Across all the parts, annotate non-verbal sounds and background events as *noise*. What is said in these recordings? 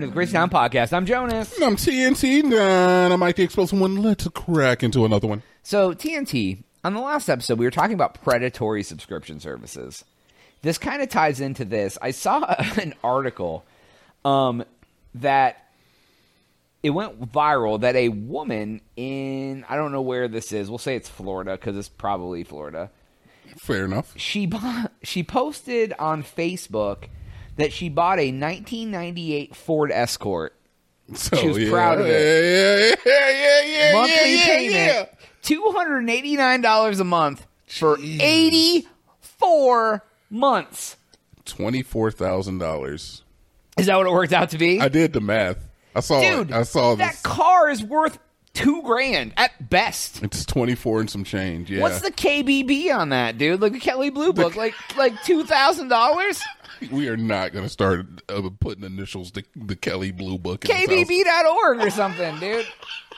to the Crazy Town Podcast. I'm Jonas. I'm TNT, and I might the explosive one. Let's crack into another one. So, TNT, on the last episode, we were talking about predatory subscription services. This kind of ties into this. I saw *laughs* an article um, that it went viral that a woman in, I don't know where this is, we'll say it's Florida because it's probably Florida. Fair enough. She, *laughs* bought, she posted on Facebook that she bought a 1998 Ford Escort So, She was proud of it. Yeah, yeah, yeah, yeah, yeah, monthly yeah, payment, yeah. two hundred and eighty nine dollars a month for eighty four months. Twenty-four thousand dollars. Is that what it worked out to be, I did the math. I saw. dude? it. I saw that this. car is worth two grand at best. It's twenty-four and some change. Yeah. What's the KBB on that, dude? Like the Kelly Blue Book, like like two thousand dollars. We are not going to start uh, putting initials to the Kelly Blue Book. in this house. KBB.org or something, dude.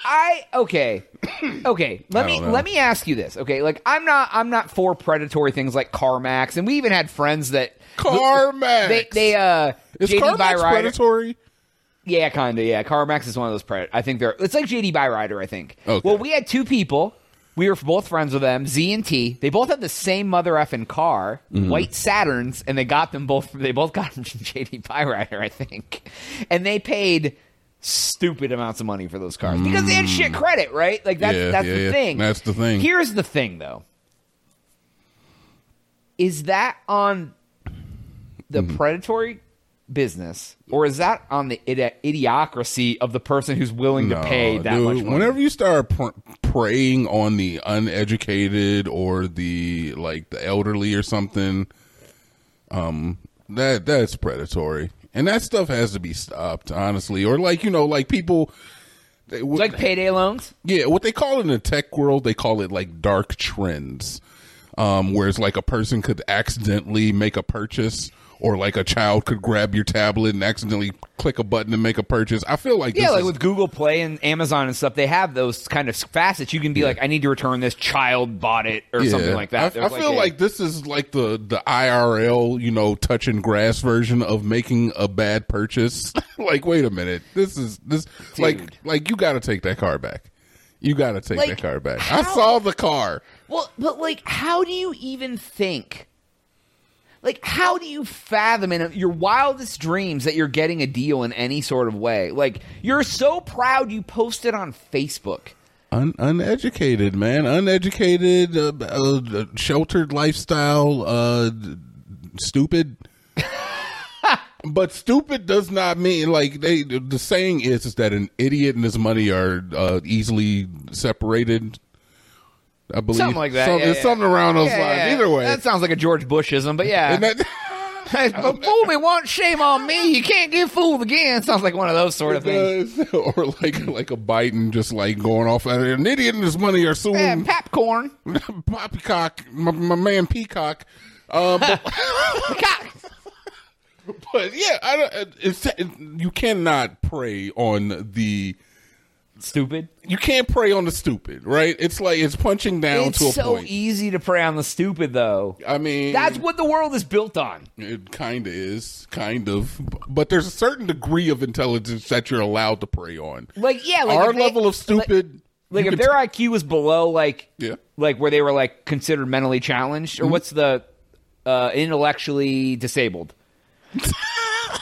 I okay, *clears throat* okay. Let I me don't know. let me ask you this. Okay, like I'm not I'm not for predatory things like CarMax, and we even had friends that CarMax. They they uh is JD CarMax by Ryder. predatory? Yeah, kinda. Yeah, CarMax is one of those. Pred- I think they're. It's like JD by Ryder. I think. Okay. Well, we had two people. We were both friends with them, Z and T. They both had the same mother effing car, Mm-hmm. white Saturns, and they got them both. They both got them from *laughs* JD by Ryder, I think. And they paid stupid amounts of money for those cars because they had shit credit, right? Like that's Mm. Yeah, that's yeah, the yeah. thing. That's the thing. Here's the thing, though. Is that on the Mm-hmm. predatory business, or is that on the idi- idiocracy of the person who's willing to pay No, that dude, much money? Whenever you start pr- preying on the uneducated or the like the elderly or something, um, that that's predatory, and that stuff has to be stopped, honestly. Or like you know, like people. They, It's like payday loans. Yeah, what they call in the tech world, they call it like dark trends, um, where it's like a person could accidentally make a purchase, or like a child could grab your tablet and accidentally click a button and make a purchase. I feel like Yeah, this like is- with Google Play and Amazon and stuff, they have those kind of facets. You can be like, I need to return this. Child bought it or yeah. something like that. I, I There's feel a- like this is like the the IRL, you know, touch and grass version of making a bad purchase. *laughs* like, wait a minute, this is this Dude. like like you got to take that car back. You got to take Like, that car back. how- I saw the car. Well, but like, how do you even think? Like, how do you fathom in uh, your wildest dreams that you're getting a deal in any sort of way? Like, you're so proud you posted on Facebook. Un- uneducated man, uneducated, uh, uh, uh, sheltered lifestyle, uh, d- stupid. *laughs* but stupid does not mean like they. The saying is is that an idiot and his money are uh, easily separated. I believe Something like that, Some- yeah, it's yeah. something around those Yeah, lines. yeah, Either way, that sounds like a George Bushism, but yeah. *laughs* *laughs* and that, But fool me once, shame on me. You can't get fooled again. Sounds like one of those sort of things. does- *laughs* or like like a Biden just like going off at it. an idiot and his money are soon. Yeah, popcorn. *laughs* Poppycock, my, my man Peacock. *laughs* Um, but, Cock. but yeah, I don't, uh, it's, you cannot prey on the Stupid. you can't prey on the stupid, right? It's like it's punching down to a It's so point. easy to prey on the stupid, though. I mean, That's what the world is built on. it kind of is, kind of, but there's a certain degree of intelligence that you're allowed to prey on. Like, yeah, like Our if they- level of stupid, like you if can their IQ was below like Yeah. like where they were like considered mentally challenged Mm-hmm. or what's the uh intellectually *laughs* disabled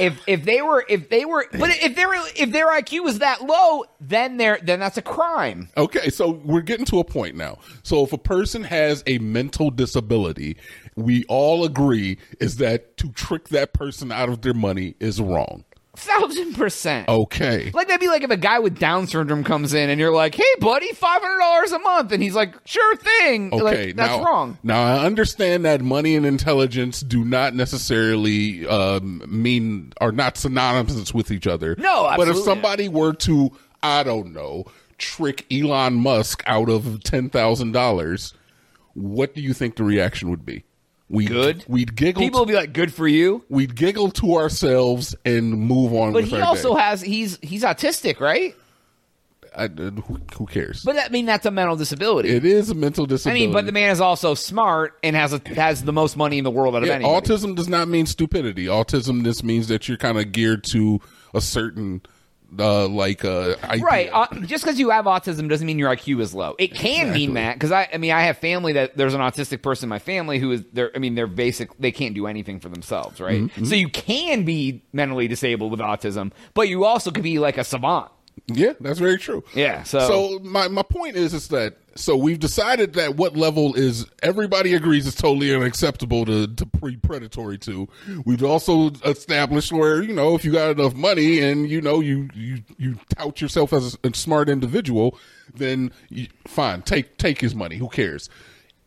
if if they were if they were but if they were if their IQ was that low then they're then that's a crime Okay, so we're getting to a point now. So if a person has a mental disability, we all agree is that to trick that person out of their money is wrong. thousand Oh. percent Okay. like that'd be like if a guy with Down syndrome comes in and you're like hey buddy five hundred dollars a month and he's like sure thing Okay, like, that's now, wrong Now I understand that money and intelligence do not necessarily um, mean are not synonymous with each other. No, but if absolutely. somebody were to, I don't know, trick Elon Musk out of ten thousand dollars, what do you think the reaction would be? We Good. We'd giggle. people would be like good for you we'd giggle to ourselves and move on. but with he our also day. has he's he's autistic right I- uh, who, who cares? but that I mean that's a mental disability it is a mental I disability. mean, but the man is also smart and has a, has the most money in the world out of Yeah, anybody. autism does not mean stupidity. Autism just means that you're kind of geared to a certain uh like uh idea. Right. Uh, just because you have autism doesn't mean your IQ is low. It can mean that because I, I mean, I have family that there's an autistic person in my family who is they're I mean, they're basic. They can't do anything for themselves. Right. Mm-hmm. So you can be mentally disabled with autism, but you also could be like a savant. yeah, that's very true. Yeah. So, So my, my point is is that so we've decided that what level is everybody agrees is totally unacceptable to, to pre predatory to. We've also established where you know if you got enough money and you know you you you tout yourself as a smart individual, then you, fine take take his money. Who cares?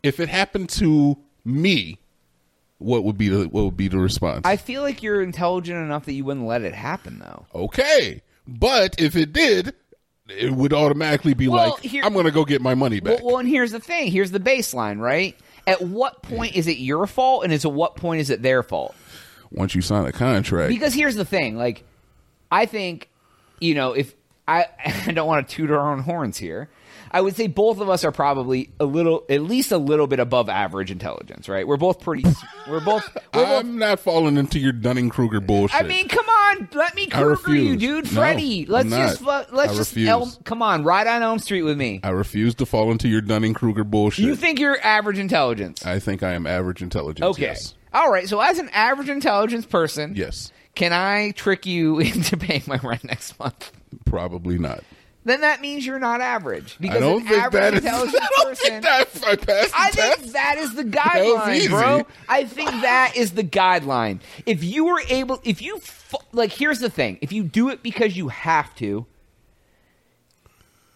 If it happened to me, what would be the what would be the response? I feel like you're intelligent enough that you wouldn't let it happen, though. okay, but if it did. It would automatically be Well, like, here- I'm going to go get my money back. Well, well, and here's the thing. Here's the baseline, right? At what Mm. point is it your fault, and is at what point is it their fault? once you sign a contract. Because here's the thing. Like, I think, you know, if I, *laughs* I don't want to toot our own horns here, I would say both of us are probably a little, at least a little bit above average intelligence, right? We're both pretty. we're both. We're both I'm not falling into your Dunning Kruger bullshit. I mean, come on, let me I Kruger you, refuse. dude, No, Freddy. I'm let's not. just fu- let's I just refuse. Elm, come on, ride on Elm Street with me. I refuse to fall into your Dunning Kruger bullshit. You think you're average intelligence? I think I am average intelligence. Okay. Yes. All right. So, as an average intelligence person, Yes. can I trick you *laughs* into paying my rent next month? Probably not. Then that means you're not average. Because I don't an think average that is. *laughs* I intelligence don't person. think that I passed the I test. think that is the was guideline, easy. bro. I think that is the guideline. If you were able, if you fu- like, here's the thing: if you do it because you have to,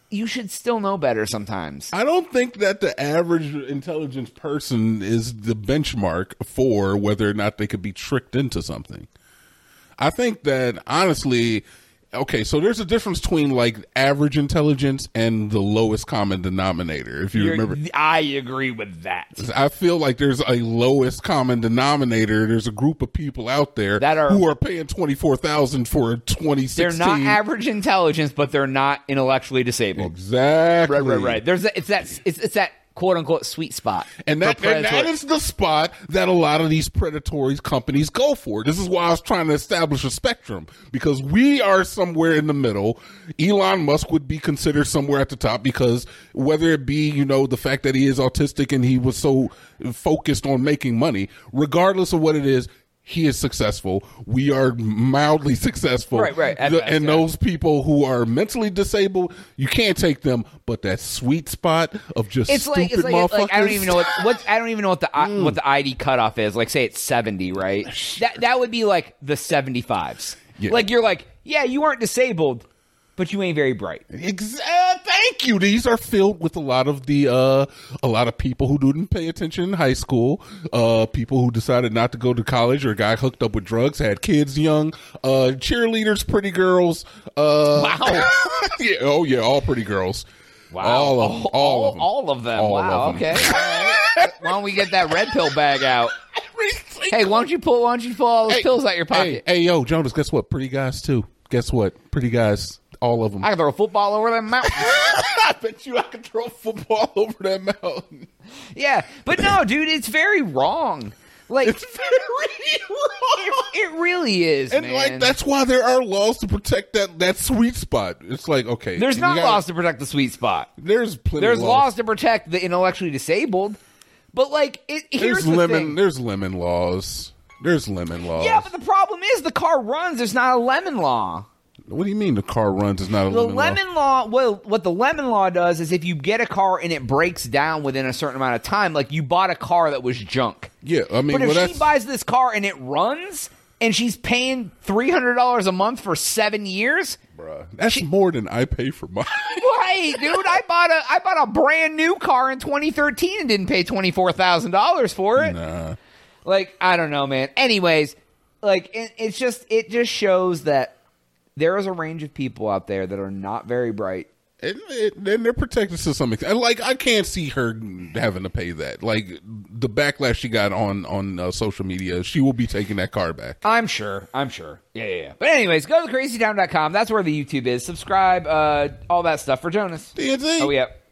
you should still know better sometimes. I don't think that the average intelligence person is the benchmark for whether or not they could be tricked into something. I think that honestly, okay, so there's a difference between like average intelligence and the lowest common denominator. If you You're- remember, I agree with that. I feel like there's a lowest common denominator. There's a group of people out there That are- who are paying twenty four thousand for a twenty They're sixteen. not average intelligence, but they're not intellectually disabled. Exactly. Right, right, right. There's a, it's that it's, it's that quote unquote sweet spot. And that, for and that predatory- is the spot that a lot of these predatory companies go for. This is why I was trying to establish a spectrum because we are somewhere in the middle. Elon Musk would be considered somewhere at the top because whether it be, you know, the fact that he is autistic and he was so focused on making money, regardless of what it is, he is successful. We are mildly *laughs* successful. Right, right, at The- best, and yeah. those people who are mentally disabled, you can't take them. But that sweet spot of just it's like it's stupid like, like I don't motherfuckers- Mm. even know what, what I don't even know what the I what the ID cutoff is. Like say it's seventy, right? That that would be like the seventy fives. Oh, Yeah. Like you're like, yeah, you aren't disabled, but you ain't very bright. Ex- uh, thank you. These are filled with a lot of the uh, a lot of people who didn't pay attention in high school, uh, people who decided not to go to college or got hooked up with drugs, had kids young, uh, cheerleaders, pretty girls. Uh, Wow. *laughs* yeah, oh yeah, all pretty girls. Wow. all of all, of them. All of them. All wow. of them. Okay. *laughs* All right. Why don't we get that red pill bag out? Hey, why don't you pull? Why don't you pull all those pills out your pocket? Hey, hey, yo, Jonas, guess what? Pretty guys too. Guess what? Pretty guys, all of them. I can throw a football over them mountain. *laughs* I bet you I could throw a football *laughs* over that mountain. *laughs* yeah, but no, dude, it's very wrong. Like It's *laughs* very wrong. it really is, And man. like that's why there are laws to protect that that sweet spot. It's like okay, There's you not gotta- laws to protect the sweet spot. There's plenty. There's of laws to protect the intellectually disabled, but like it, here's There's the lemon. thing. There's lemon laws. There's lemon laws. Yeah, but the problem is the car runs. There's not a lemon law. what do you mean the car runs is not a The lemon, law? lemon law, well, what the lemon law does is if you get a car and it breaks down within a certain amount of time, like you bought a car that was junk. Yeah, I mean, But if well, she that's buys this car and it runs, and she's paying three hundred dollars a month for seven years, bruh, that's more than I pay for mine. *laughs* Right, dude. I bought a I bought a brand new car in 2013 and didn't pay twenty four thousand dollars for it. nah. Like I don't know, man. Anyways, like it, it's just it just shows that there is a range of people out there that are not very bright. And, and and they're protected to some extent. And, Like I can't see her having to pay that. Like the backlash she got on on uh, social media, she will be taking that car back. I'm sure. I'm sure. Yeah, yeah, yeah. But anyways, go to crazytown.com. That's where the YouTube is. Subscribe, uh, all that stuff for Jonas. TNT. Oh, yep.